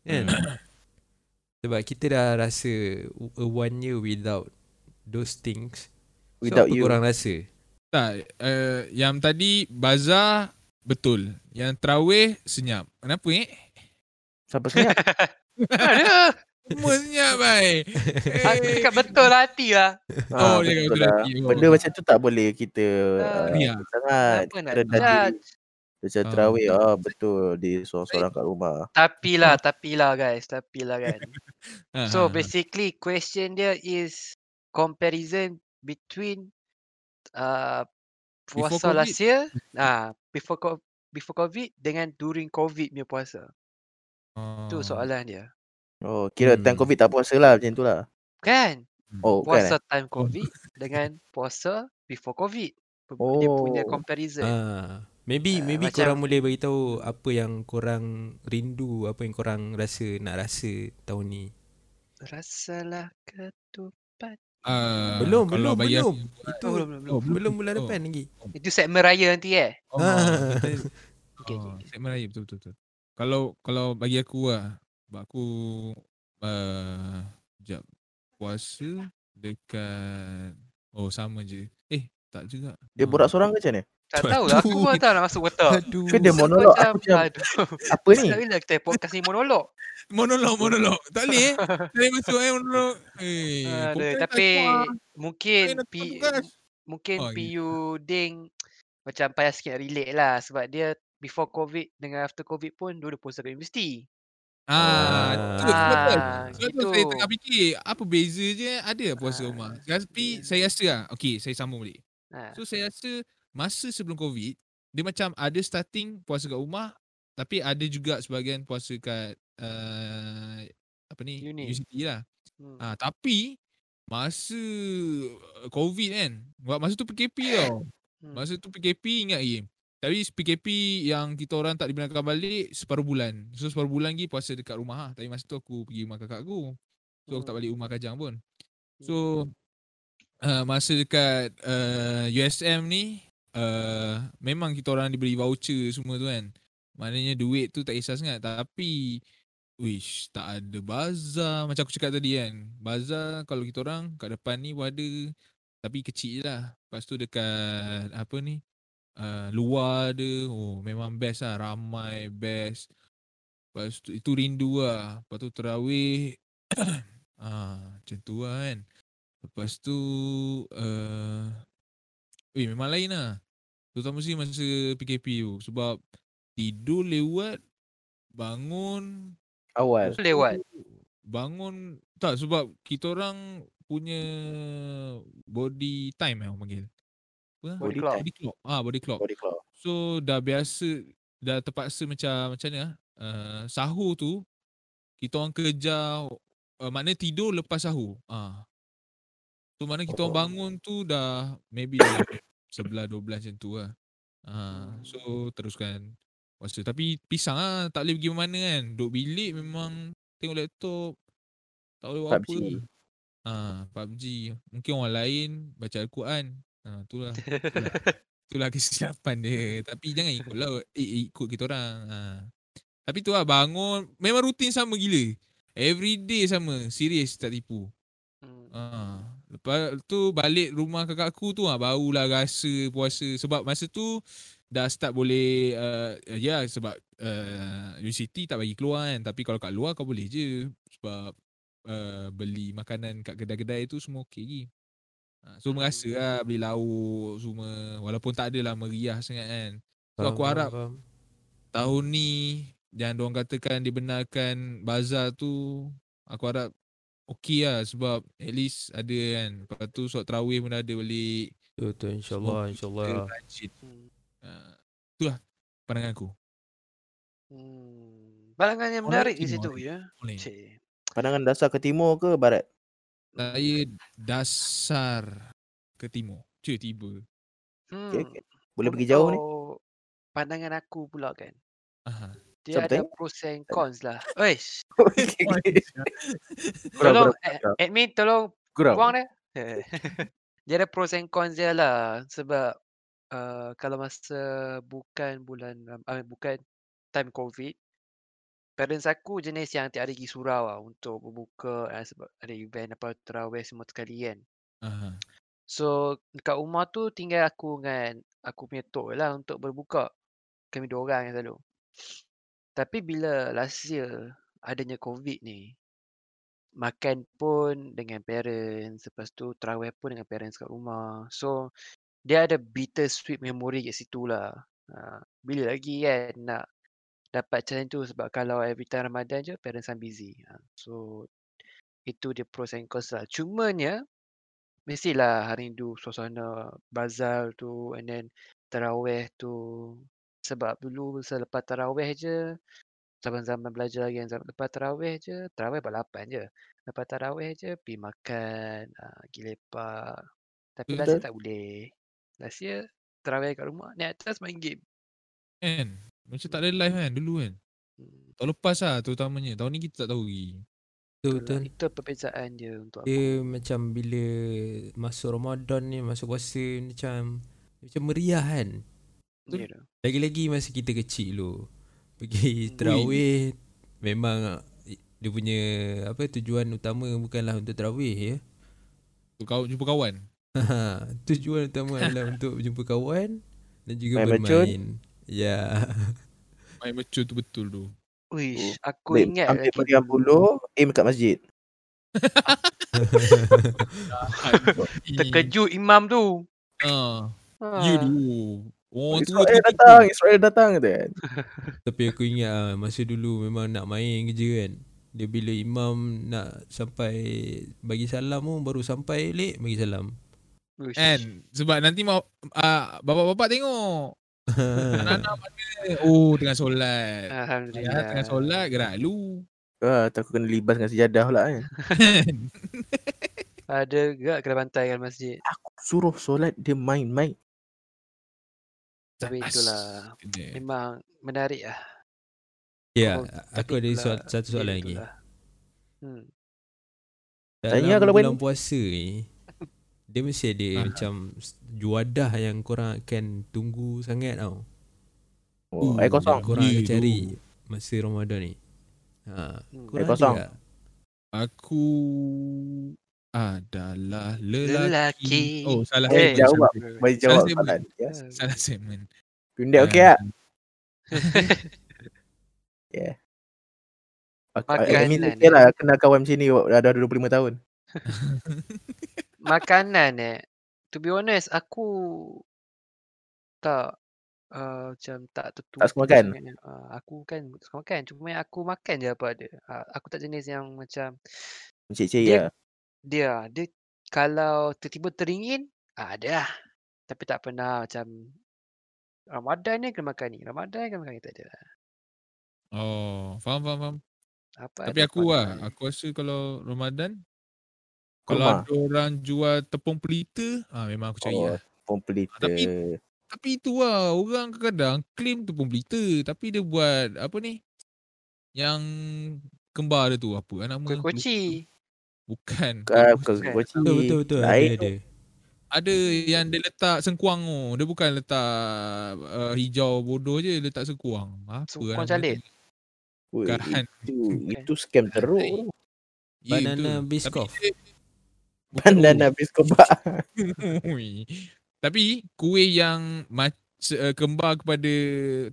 C: Kan? Sebab kita dah rasa w- a one year without those things.
D: Without
C: so, apa
D: you.
C: korang rasa?
E: Tak, uh, yang tadi bazar betul. Yang terawih senyap. Kenapa eh?
D: Sampai senyap.
A: Aduh,
E: Semua senyap baik.
A: aku Ah, cakap betul hati lah.
E: Oh,
D: Ah,
E: dia
D: betul
E: kata
D: lah.
E: lelaki. Oh.
D: Benda macam tu tak boleh kita
A: Ah.
D: uh,
E: Ya.
D: sangat.
A: Kenapa nak
D: Kita dah diri.
A: judge?
D: Macam
E: Ah.
D: terawih. Ah, betul. Dia seorang-seorang kat rumah.
A: Tapi
D: Hmm.
A: lah, tapi lah guys, tapi lah kan.
E: Ha,
A: So
E: ha, ha.
A: basically question dia is comparison between uh,
E: Before
A: puasa
E: COVID.
A: last year, ah before co- before COVID dengan during COVID punya puasa. Tu
E: Oh.
A: soalan dia.
D: Oh, kira time
C: Hmm.
D: COVID tak puasa lah macam tu lah.
A: Kan?
D: Oh, bukan
A: Puasa
D: eh?
A: time COVID dengan puasa before COVID. Pe- Dia punya
D: Oh.
A: comparison.
C: Ah, maybe
A: Ah,
C: uh, maybe
A: macam-
C: korang boleh beritahu apa yang korang rindu, apa yang korang rasa nak rasa tahun ni.
A: Rasalah ketupat.
E: Ah,
C: Belum,
E: kalau
C: belum,
E: bagi
C: belum.
E: Aku,
C: Itu
A: Oh, belum, belum.
E: Oh,
C: belum bulan
E: Oh.
C: depan lagi.
A: Itu segmen raya nanti eh.
E: Oh,
C: Ah.
E: betul.
A: Okay, okay,
E: Oh,
A: okay.
E: Set Melayu betul betul betul. Kalau kalau bagi aku lah, sebab aku uh, jap puasa dekat oh sama je. Eh, tak juga.
D: Dia
E: Ah.
D: borak seorang ke macam ni?
A: Tak
C: Aduh.
A: tahulah. Aku pun tak nak masuk otak.
C: Aduh.
D: Ke dia
A: Aku
D: monolog? Aku macam,
A: aduh.
D: apa ni?
A: Tak bila kita podcast ni monolog.
E: Monolog monolog. Tak boleh eh. Tak boleh masuk eh monolog. Eh,
A: Aduh,
E: podcast
A: tapi
E: tak keluar. Saya
A: mungkin
E: nak
A: P,
E: podcast.
A: mungkin
E: Oh, ya.
A: PU Ding macam payah sikit nak relate lah sebab dia before COVID dengan after COVID pun dua-dua puasa kat universiti.
E: Ah, tu sebab tu.
A: Ah,
E: Sebab tu saya
A: gitu.
E: tengah fikir apa beza je ada puasa
A: Ah,
E: rumah. Tapi saya rasa lah, okay saya sambung balik.
A: Ha.
E: So saya rasa masa sebelum COVID, dia macam ada starting puasa kat rumah tapi ada juga sebahagian puasa kat uh, apa ni
A: Uni.
E: universiti lah.
A: Hmm.
E: Ah tapi masa uh, COVID kan, buat masa tu PKP tau.
A: Hmm.
E: Masa tu PKP ingat lagi. Tapi PKP yang kita orang tak dibenarkan balik separuh bulan. So separuh bulan lagi puasa dekat rumah lah. Tapi masa tu aku pergi rumah kakak aku. So aku tak
A: Hmm.
E: balik rumah Kajang pun. So uh, masa dekat uh, USM ni uh, memang kita orang diberi voucher semua tu kan. Maknanya duit tu tak kisah sangat tapi wish tak ada bazar macam aku cakap tadi kan. Bazar kalau kita orang kat depan ni pun ada tapi kecil je lah. Lepas tu dekat apa ni uh, luar ada. Oh memang best lah ramai best. Lepas tu itu rindu lah. Lepas tu terawih ah macam tu lah kan. Lepas tu uh, Eh memang lain lah Terutama sih masa PKP tu Sebab Tidur lewat Bangun
D: Awal.
A: Betul lewat.
E: Bangun Tak sebab Kita orang Punya Body time eh orang panggil Apa?
A: Body
D: Body
A: clock.
E: Body clock Ah body clock
D: Body clock.
E: So dah biasa Dah terpaksa macam Macam mana uh, Sahur tu Kita orang kejar uh, Maknanya tidur lepas sahur ah. So maknanya kita
D: Oh.
E: orang bangun tu dah Maybe dah 11, 12 macam tu lah ah, So teruskan Puasa Tapi pisang lah Tak boleh pergi mana kan Duduk bilik memang Tengok laptop Tak boleh buat
D: PUBG.
E: apa ah, PUBG Mungkin orang lain Baca Al-Quran ah, Itulah Itulah, itulah kesilapan dia Tapi jangan ikut lah eh, Ikut kita orang ah. Tapi tu lah bangun Memang rutin sama gila Every day sama Serius tak tipu
A: Hmm.
E: ah. Lepas tu balik rumah kakak aku tu ah, Barulah rasa puasa Sebab masa tu Dah start boleh uh, Ya sebab uh, Universiti tak bagi keluar kan Tapi kalau kat luar kau boleh je Sebab uh, Beli makanan kat kedai-kedai tu Semua okey lagi Ah, So
A: Hmm.
E: merasa lah Beli lauk semua Walaupun tak adalah meriah sangat kan So aku
C: Faham,
E: harap
C: faham.
E: tahun ni yang diorang katakan dibenarkan bazar tu aku harap okey lah sebab at least ada kan lepas tu solat tarawih pun dah ada balik
C: Tu tu insyaAllah insyaAllah.
E: Ada masjid
A: Hmm.
E: uh, itulah pandangan aku
A: Hmm. Balangan yang
E: Orang
A: menarik di
E: Timur
A: situ
E: ni.
A: ya.
E: boleh
A: Cik.
D: Pandangan dasar ke timur ke barat?
E: saya dasar ke timur cuy tiba
A: Hmm.
D: okey, okey. Boleh pergi jauh ni?
A: Untuk Pandangan aku pula kan.
E: Aha.
A: Dia ada
D: Something?
A: pros and cons lah. Oish.
D: Kurang,
A: Tolong
D: kurang,
A: eh,
D: kurang.
A: admin tolong
D: Kurang.
A: buang dia. dia ada E pros and cons dia lah sebab uh, kalau masa bukan bulan Ram- ah, bukan time covid um parents aku jenis yang tiap hari pergi surau lah untuk berbuka eh, sebab ada event apa tarawih semua sekali kan.
E: Aha.
A: So dekat rumah tu tinggal aku dengan aku punya tok je lah untuk berbuka. Kami dua orang yang selalu. Tapi bila last year adanya COVID ni, makan pun dengan parents, lepas tu terawih pun dengan parents kat rumah. So dia ada bittersweet memory kat situ lah. Ha, bila lagi kan nak dapat macam tu sebab kalau every time Ramadan je parents are busy. Ha, so itu dia pros and cons lah. Cumanya mestilah hari Hindu suasana bazar tu and then tarawih tu sebab dulu selepas tarawih je zaman-zaman belajar lagi yang zaman- lepas tarawih je tarawih bab 8 je lepas tarawih je pergi makan uh, pergi lepak tapi last year
D: Betul.
A: tak boleh last year tarawih kat rumah naik atas main game
E: Kan? Macam tak ada live kan dulu kan.
A: Hmm,
E: Tahun lepas lah terutamanya. Tahun ni kita tak tahu lagi.
C: Betul
A: itulah.
C: betul.
A: itu perbezaan dia untuk aku
C: Dia macam bila masuk Ramadan ni, masuk puasa ni macam macam meriah kan.
A: Ya tu.
C: Lagi-lagi masa kita kecil dulu. Pergi tarawih memang eh, dia punya apa tujuan utama bukanlah untuk tarawih ya.
E: Tu kau jumpa kawan.
C: Ha, tujuan utama adalah untuk berjumpa kawan dan juga
D: Main
C: bermain.
D: mercun.
C: Ya.
E: Main betul tu betul tu.
A: Wish, aku
D: Babe,
A: ingat
D: ambil
A: lagi
D: meriam buluh, aim kat masjid.
A: terkejut imam tu.
E: Ha.
A: Ha.
E: You Oh, dulu. Orang tua
D: Israel
E: terkejut.
D: datang, Israel datang kata kan.
C: Tapi aku ingat ah, masa dulu memang nak main kerja kan. Dia bila imam nak sampai bagi salam pun baru sampai balik bagi salam.
A: Wish.
E: Kan? Sebab nanti mau uh, bapak-bapak tengok. Anak-anak mana? Oh, tengah
A: Ah,
E: solat. Ya,
A: Alhamdulillah.
E: tengah solat gerak lu.
D: Ah, takut kena libas dengan sejadah pula kan.
A: Ada gak kena bantai kan masjid.
D: Suruh solat dia main-main.
A: Tapi itulah.
E: Kena.
A: Memang menarik lah.
C: Ya,
A: Oh,
C: aku ada
A: Tapi
C: soal,
A: pula,
C: satu
A: dia
C: soalan lagi.
A: itulah. Hmm.
C: Dalam
D: Tanya kalau
C: bulan
D: boleh.
C: puasa ni dia mesti ada
E: Aha.
C: macam s- juadah yang korang akan tunggu sangat tau.
E: Uh,
D: Oh, air kosong.
C: Yang korang
E: Ye,
C: akan
E: tu.
C: cari masa Ramadan ni. Ha,
A: Hmm.
C: korang ada
D: kosong.
C: tak?
E: Aku adalah
A: Lelaki.
E: lelaki. Oh, salah.
D: Eh,
E: segmen,
D: jawab.
E: salah segmen.
D: Bagi jawab
E: Salah
D: soalan.
E: statement.
D: Ya.
A: Hmm.
E: Salah segmen.
D: Pendek okey
E: Hmm.
D: ah. Aku- I I mean
A: Makanan
D: okey lah kenal kawan macam ni dah dah 25 tahun.
A: Makanan eh. To be honest, aku tak uh, macam tak tertutup.
D: suka makan?
A: Uh, aku kan suka makan. Cuma yang aku makan je apa ada. Uh, aku tak jenis yang macam
D: Encik-encik
A: Dia-
D: ya.
A: dia dia kalau tiba-tiba teringin ah, ada lah. tapi tak pernah macam Ramadan ni kena makan ni Ramadan ni kena makan ni tak ada lah.
E: Oh, faham, faham, faham.
A: apa
E: Tapi
A: ada
E: aku lah,
A: makanan.
E: aku rasa kalau Ramadan, kalau
D: Kurma.
E: ada orang jual tepung pelita, ah memang aku cari
D: Oh,
E: lah.
D: Pun pelita.
E: Tapi- Tapi itu lah, orang kadang-kadang claim tepung pelita. Tapi dia buat apa ni? Yang kembar dia tu, apa lah nama?
A: kuih
E: Aku lupa.
A: koci
E: Bukan. kuih
D: Ah, bukan
E: koci.
D: kucing.
C: Betul betul betul ada
D: Lain tu.
C: ada.
E: Ada yang dia letak sengkuang tu. Dia bukan letak uh, hijau bodoh je, dia letak sengkuang. Apa
A: Sengkuang
E: lah nama
A: calip?
E: dia? kan?
D: Ui,
E: Bukan.
D: Itu itu scam teruk. tu.
E: Ya,
C: Banana
E: betul.
C: biscoff.
E: Tapi dia-
D: Bandana habis kebak.
E: Ui. Tapi kuih yang mac- uh, kembar kepada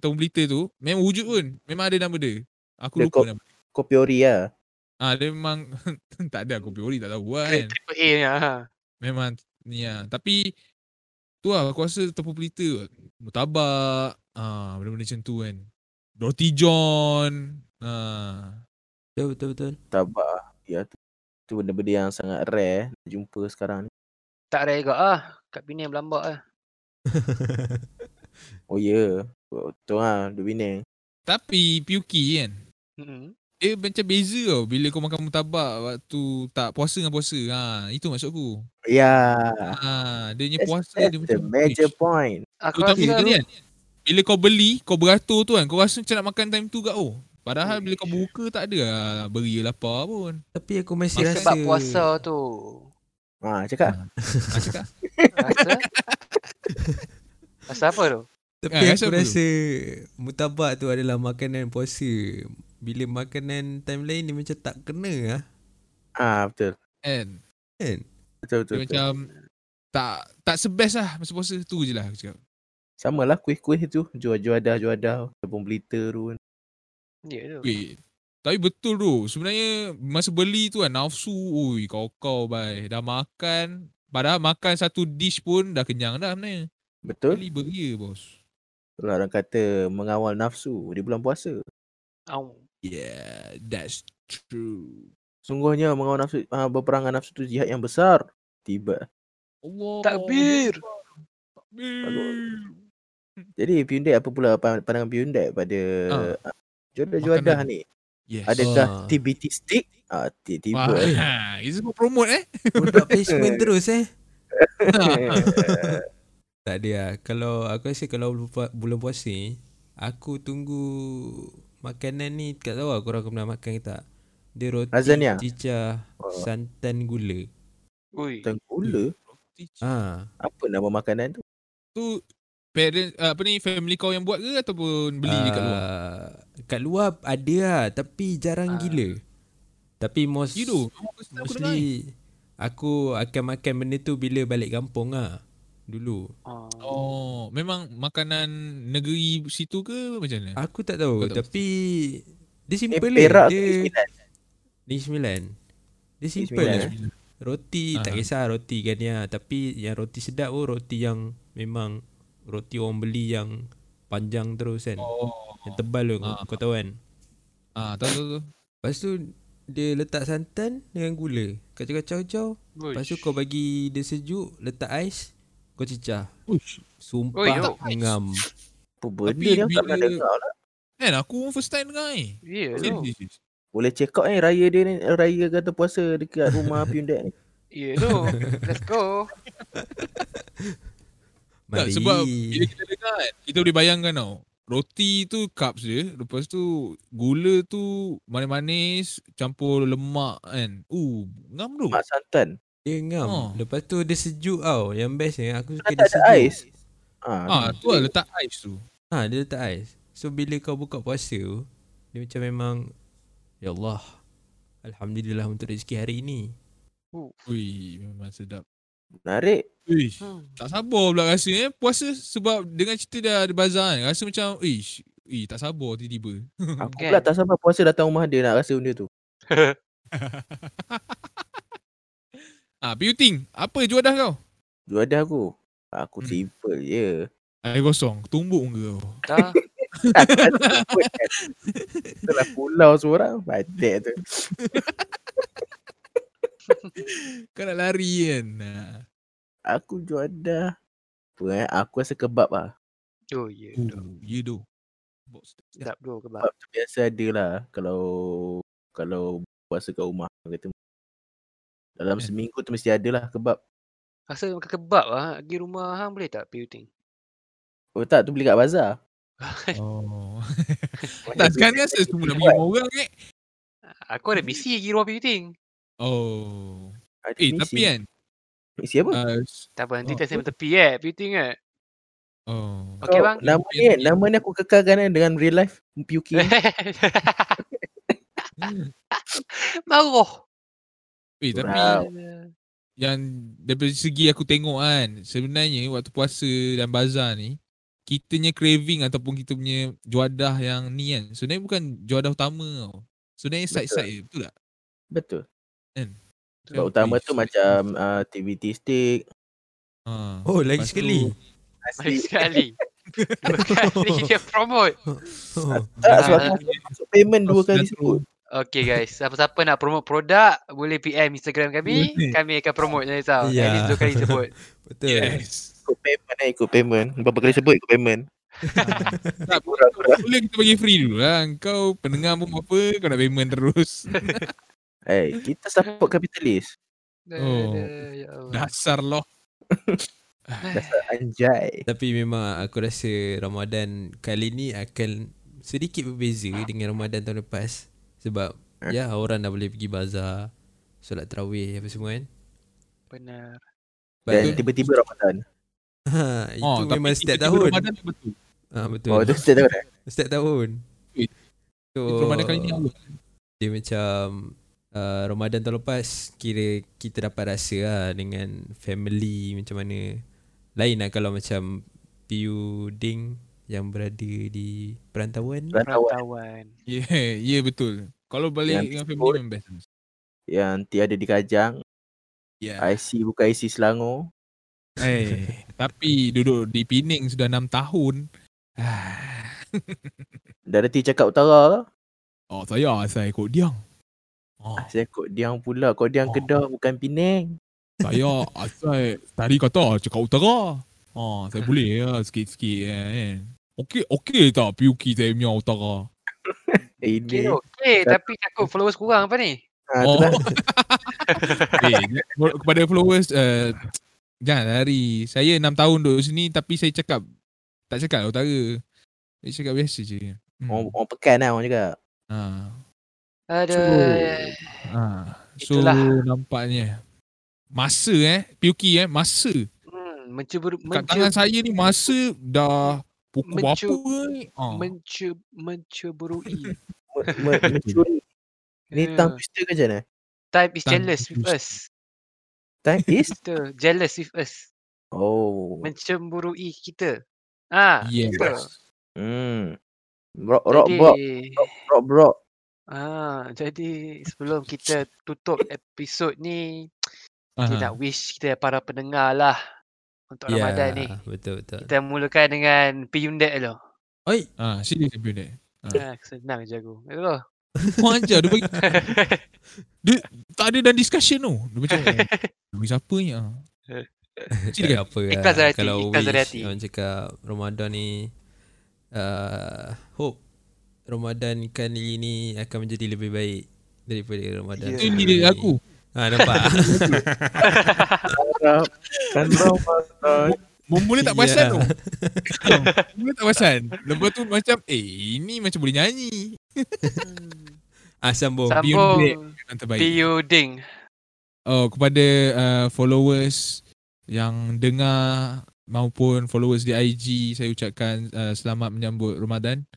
E: Tepung Pelita tu memang wujud pun. Memang ada nama dia. Aku
D: Dia
E: lupa
D: kop-
E: nama.
D: Kopi ori lah.
E: Ah dia memang tak ada aku Ori tak tahu lah kan.
A: triple A ni ha.
E: Memang ni lah. Tapi tu lah aku rasa Tepung Pelita mutabak ah benda-benda macam tu kan. Roti John. Ah
C: Betul betul betul.
D: Tabak. Ya tu. Tu benda-benda yang sangat rare eh, nak jumpa sekarang ni.
A: tak rare juga ah kat Penang berlambak ah
D: Oh ya. Yeah. Tu lah, duk Penang.
E: tapi Puki kan.
A: Mm-mm.
E: Dia macam beza tau bila kau makan mutabak waktu tak puasa dengan puasa. Ha itu maksud aku.
D: Ya.
E: Ah, dia punya
D: That's-
E: puasa
D: that's
E: dia
D: the
E: macam
D: major
E: Uish.
D: point.
A: aku
E: Terutama
A: rasa
E: ni kan. Bila kau beli, kau beratur tu kan, kau rasa macam nak makan time tu kat oh. Padahal
D: Hmm.
E: bila kau buka tak ada lah beri lapar pun.
C: Tapi aku masih
E: Masa
C: rasa
A: sebab puasa tu
D: Ha, cakap.
E: Ha, cakap.
A: rasa rasa apa tu
C: Tapi
E: Ah, rasa
C: aku
E: apa tu?
C: rasa mutabak tu adalah makanan puasa. Bila makanan time lain dia macam tak kena lah.
D: Ah, betul.
E: Kan?
C: Kan?
D: Betul
E: Dia
D: betul. betul.
E: macam tak tak sebest lah masa puasa tu je lah aku cakap.
D: Sama lah kuih-kuih tu. Jual-juadah-juadah. Tepung belita tu. kan.
A: Ya tu.
E: Wait. Tapi betul tu. Sebenarnya masa beli tu kan nafsu. Ui kau kau bai. Dah makan. Padahal makan satu dish pun dah kenyang dah sebenarnya.
D: Betul?
E: Beli beria bos.
D: Itulah orang kata mengawal nafsu di bulan puasa.
A: Au.
E: Yeah, that's true.
D: Sungguhnya mengawal nafsu, uh, berperang dengan nafsu tu jihad yang besar. Tiba.
E: Allah.
A: Takbir.
E: Takbir.
D: Jadi Pundek apa pula pan- pandangan Pundek pada uh, juadah-juadah
E: Ah. makanan.
D: ni?
C: Yes.
D: Adakah
C: Ah.
D: TBT stick? Ah, ti-
E: Wah,
D: tiba.
E: itu semua promote eh.
C: Product placement terus eh Tak ada lah Kalau Aku rasa kalau bulan pua- bulan puasa ni Aku tunggu Makanan ni Tak tahu lah korang pernah makan ke tak Dia roti
D: Lasagna?
C: cicah Santan gula
A: Ui.
D: Tenggula?
E: Ah,
C: ha.
D: Apa nama makanan tu?
E: Tu parent apa ni family kau yang buat ke ataupun beli uh,
D: Ah,
E: dekat luar?
C: Ah, Kat luar ada lah Tapi
A: Ah.
C: jarang gila Tapi most
E: You do. Aku dengar eh.
C: Mostly Aku akan makan benda tu Bila balik kampung lah Dulu
A: Oh.
E: Oh, memang makanan negeri situ ke macam mana?
C: Aku tak tahu
E: Kau tak
C: Tapi Dia
D: Eh,
C: simple
D: Perak tu
C: dia,
D: Ismilan.
C: Negeri Sembilan Dia simple
D: Sembilan,
C: lah Roti tak
E: Aha.
C: kisah roti kan ya Tapi yang roti sedap pun roti yang Memang Roti orang beli yang Panjang terus kan
E: Oh.
C: Yang tebal tu
E: Ah.
C: kau tahu kan
E: Ah, tahu tahu. tahu.
C: Lepas tu Dia letak santan dengan gula Kacau-kacau-kacau Lepas tu kau bagi dia sejuk Letak ais Kau cecah
E: Uish.
A: Oi, yo.
C: Sumpah ngam
D: Apa benda
E: Tapi
D: ni aku tak
E: bila-
D: pernah dengar lah.
E: Kan aku pun first time dengar eh.
A: Ya tu.
E: Serius, serius.
D: Boleh check out eh raya dia ni, raya kata puasa dekat rumah Pundek ni.
A: Ya tu. Let's go.
E: Tak,
C: Mari
E: sebab bila kita dengar kan, kita boleh bayangkan tau. Roti tu cups dia, lepas tu gula tu manis-manis campur lemak kan. Uh, ngam tu.
D: Mak santan.
C: Dia ngam
E: Oh.
C: Lepas tu dia sejuk tau Yang bestnya aku suka
D: Kan
C: dia
D: tak ada
C: sejuk
D: ais.
E: Ah,
D: Ah,
E: tu lah letak ais tu.
C: Ha dia letak ais So bila kau buka puasa tu Dia macam memang Ya Allah Alhamdulillah untuk rezeki hari ini
E: Ui, memang sedap.
D: menarik.
E: Ui,
A: Hmm.
E: tak sabar pula rasa eh puasa sebab dengan cerita dah ada bazar kan. Rasa macam, ish, Ih, tak sabar tiba-tiba.
D: Aku
A: Kan?
D: pula tak sabar puasa datang rumah dia nak rasa benda tu.
E: Ah, Piuting, apa juadah kau?
D: Juadah aku. Aku
E: Hmm.
D: simple je.
E: Air kosong, tumbuk muka kau.
A: Dah.
D: kan, Itulah pulau seorang. Batik tu.
E: Kau nak lari kan. Ah.
D: Aku juadah. Apa eh? Aku rasa kebab lah.
A: Oh ya tu.
E: Uh, you do. Box.
A: Sedap tu kebab.
D: Kebab tu biasa ada lah. Kalau kalau puasa kat rumah. orang Kata, dalam
E: Kan?
D: seminggu tu mesti ada lah kebab.
A: Rasa makan kebab ah. Pergi rumah hang boleh tak Piuting?
D: Oh tak tu beli kat bazar.
E: Oh. tak sekarang rasa semua nak pergi rumah orang eh.
A: Aku ada busy pergi rumah Piuting.
E: Oh.
D: Ada
E: Eh
D: misi.
E: tapi kan.
D: Misi apa?
E: Uh,
A: Tak apa nanti
E: Oh,
A: tak saya tepi eh Piuting eh.
E: oh.
A: Okey bang.
D: Nama ni kan, nama ni aku kekalkan kan dengan real life
E: Eh,
D: Puking.
A: Maruh.
E: Eh tapi
D: Wow.
E: yang daripada segi aku tengok kan. Sebenarnya waktu puasa dan bazar ni. Kitanya craving ataupun kita punya juadah yang ni kan. Sebenarnya bukan juadah utama tau. Sebenarnya
D: Betul.
E: side-side je, betul tak?
D: Betul.
E: Macam,
D: Sebab utama
E: eh,
D: tu macam uh, aktiviti stick.
E: Ha.
C: Oh lagi
E: Lepas tu-
C: sekali
A: Baik
E: kan.
A: sekali. Dua kali dia promote.
C: oh.
D: Tak sebab
A: Ah.
D: aku masuk payment dua
E: Kau
D: kali
E: sudah
D: sebut.
A: Okay guys, siapa-siapa nak promote produk boleh PM Instagram kami,
E: Boleh.
A: kami akan promote je tau. Yeah. At
C: Ya.
A: least dua kali sebut.
C: Betul
E: Yes.
D: Ikut payment eh, ikut payment. Berapa kali sebut ikut payment.
E: tak,
D: Kurang, kurang.
E: boleh kita bagi free dulu lah. Kau pendengar pun apa, kau nak payment terus.
D: Eh, kita support kapitalis.
E: Oh.
A: ya Allah.
E: Dasar lah. loh.
D: Anjay.
C: Tapi memang aku rasa Ramadan kali ni akan Sedikit berbeza dengan Ramadan tahun lepas Sebab Ya orang dah boleh pergi bazar Solat tarawih apa semua kan
A: Benar.
D: Dan
C: But-
D: tiba-tiba Ramadan.
C: ha, Itu
E: Oh, tapi
C: memang setiap
E: tiba-tiba
C: tahun
E: Ramadan tu lah, betul.
C: ha, Betul
D: Oh, tu setiap tahun eh?
C: Setiap tahun
E: Wait.
C: So Oh.
E: Ramadan kali ni Allah.
C: Dia macam uh, Ramadan tahun lepas kira kita dapat rasa lah dengan family macam mana lain lah kalau macam PU Ding yang berada di perantauan
D: Perantauan
A: Perantauan.
E: Ya, yeah, yeah, betul. Kalau balik
D: Yang
E: dengan
D: tersebut.
E: family memang best.
D: yang tiada di Kajang,
E: Ya.
D: IC bukan IC Selangor.
E: Eh, tapi duduk di Pening sudah 6 tahun. Ah.
D: Dah reti cakap utara lah.
E: oh, saya saya ikut Diang. Oh,
D: Saya kod Diang pula. Kod Diang
E: Oh.
D: Kedah bukan Penang.
E: saya asal tadi kata cakap utara. Oh, saya boleh ya sikit-sikit eh, kan. Okey, okey tak PUK saya punya utara.
D: Eh,
A: Okay,
D: ini.
A: okay. Tapi takut followers kurang apa ni?
D: Ha,
E: Oh.
D: itulah.
E: eh, kepada followers uh, jangan lari. Saya 6 tahun duduk sini tapi saya cakap tak cakap utara. Saya cakap biasa je. Hmm.
D: Orang, orang pekan lah orang cakap.
E: Ha.
A: Aduh.
E: Ha. So
A: Itulah.
E: nampaknya masa eh Piuki eh masa
A: Hmm, mencuba
E: kat tangan saya ni masa dah pukul
A: Mencu-
E: berapa ni? Ha.
A: mencu, mencuburui.
D: Me- me- mencuri. Ni
E: Ya.
A: Yeah.
D: tongue twister ke macam mana?
A: Time is
E: Time
A: jealous with
E: is-
A: us.
D: Time is?
A: Kita jealous with us.
D: Oh.
A: Mencemburui kita. Ah,
E: Yes.
A: kita.
D: Hmm. Rock, rock, rock,
A: Jadi-
D: rock, rock.
A: Ah, jadi sebelum kita tutup episod ni, kita
E: Aha. Ya.
A: nak wish kita para pendengar lah untuk yeah. Ramadan ni.
C: ya, Betul betul.
A: Kita mulakan dengan piyundek dulu.
C: Oi,
E: Ha, sini dia punya.
A: Ah, senang je aku. Dulu.
E: Wajar dia bagi tak ada dan discussion tu. Dia macam eh, bagi siapa ni? kan? Ha.
C: tak ada apa lah.
A: Ikhlas dari hati,
C: Kalau
A: ikhlas dari
C: wish,
A: hati.
C: orang cakap Ramadan ni uh, hope Ramadan kali ni akan menjadi lebih baik daripada Ramadan.
E: Itu
C: sebelum
E: ni aku.
C: Ha nampak.
D: Harap kan Ramadan.
E: Mula tak
C: Ya.
E: perasan tu. Mula tak perasan. Lepas tu macam eh ini macam boleh nyanyi.
C: ah sambung.
E: Oh, piyundek.
A: Sambung
E: Yang terbaik.
A: piyuding.
E: Oh, kepada uh, followers yang dengar maupun followers di IG, saya ucapkan uh, selamat menyambut Ramadan.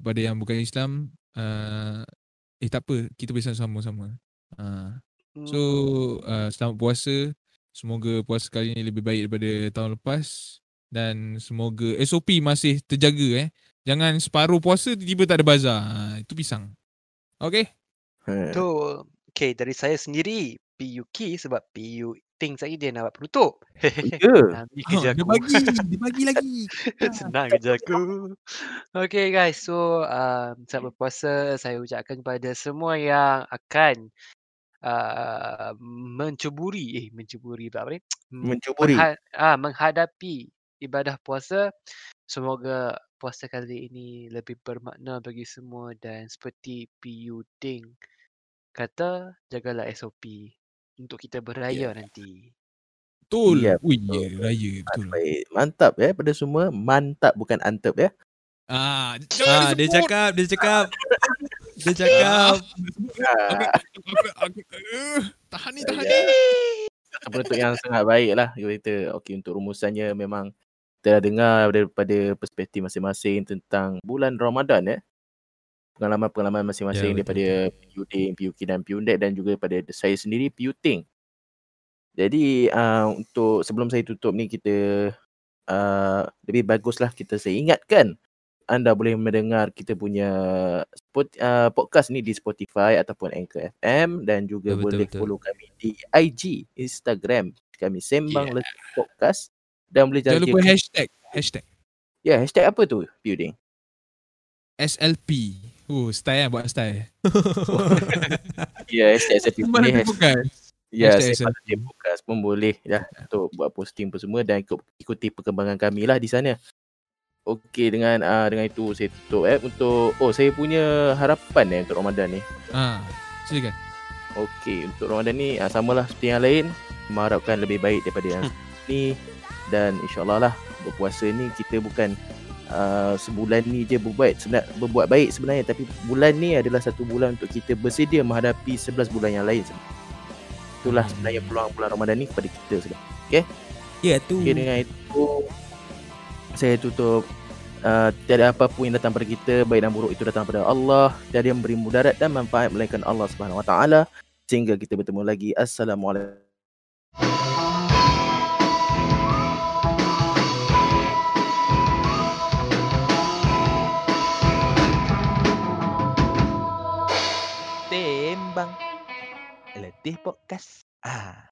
E: Kepada yang bukan Islam, uh, eh tak apa, kita boleh sama-sama. Uh,
A: Hmm.
E: so, uh, selamat puasa. Semoga puasa kali ini lebih baik daripada tahun lepas. Dan semoga SOP masih terjaga eh. Jangan separuh puasa tiba-tiba tak ada bazar. Ah, itu pisang. Okay?
D: Ha.
A: Tu. Okay, dari saya sendiri, PUK sebab PU Ting saya dia nak buat penutup.
D: Ya.
A: Ambil kerja
E: Oh, dia
A: aku.
E: bagi, dia bagi lagi.
A: Senang kerja aku. Okay guys, so uh, selamat berpuasa. Saya ucapkan kepada semua yang akan uh, mencuburi, eh mencuburi pula apa ni?
D: Mencuburi.
A: Mengha- ah, menghadapi ibadah puasa. Semoga puasa kali ini lebih bermakna bagi semua dan seperti PU Ding kata, jagalah SOP untuk kita beraya nanti.
E: Betul.
D: Ya,
E: Ui,
D: betul.
E: ya, raya betul.
D: Baik. Mantap ya pada semua. Mantap bukan antep ya.
E: Ah,
C: Ah dia cakap, dia cakap. Dia cakap.
D: Ha.
E: Aku, aku, Ah. aku, eh, tahan ni, tahan ni.
D: penutup ya. yang sangat baik lah kita okey untuk rumusannya memang kita dah dengar daripada perspektif masing-masing tentang bulan Ramadan ya pengalaman-pengalaman masing-masing
C: Ya, betul,
D: daripada Piuding, PUK dan Piundek E dan juga pada saya sendiri Piuting. Jadi uh, untuk sebelum saya tutup ni kita uh, lebih baguslah kita saya ingatkan anda boleh mendengar kita punya spot, uh, podcast ni di Spotify ataupun Anchor FM dan
C: Betul,
D: juga
C: betul,
D: boleh
C: betul.
D: follow kami di IG, Instagram kami Sembang yeah. Letak Podcast dan boleh
E: Jangan lupa
D: hashtag.
E: hashtag. Hashtag.
D: Ya, hashtag apa tu Piuding?
E: SLP. Oh, style kan buat style.
D: Ya, yeah, hashtag SLP
E: Mana
D: ni
E: tu bukan?
D: Ya,
E: Hashtag
D: saya dia podcast pun boleh dah untuk buat posting apa semua dan ikut, ikuti perkembangan kami lah di sana. Okey dengan uh, dengan itu saya tutup eh untuk oh saya punya harapan eh untuk Ramadan ni.
E: Ah, silakan.
D: Okey untuk Ramadan ni uh, samalah seperti yang lain mengharapkan lebih baik daripada yang ni dan insyaallah lah berpuasa ni kita bukan uh, sebulan ni je berbuat sebenar, berbuat baik sebenarnya tapi bulan ni adalah satu bulan untuk kita bersedia menghadapi 11 bulan yang lain. sebenarnya. Itulah sebenarnya peluang bulan Ramadan ni kepada kita sebenarnya.
C: Ya tu.
D: Okay, dengan itu saya tutup uh, tiada apa pun yang datang pada kita baik dan buruk itu datang pada Allah tiada yang memberi mudarat dan manfaat melainkan Allah Subhanahu Wa Taala Sehingga kita bertemu lagi. Assalamualaikum.
A: Tembang Letih Podcast. Ah.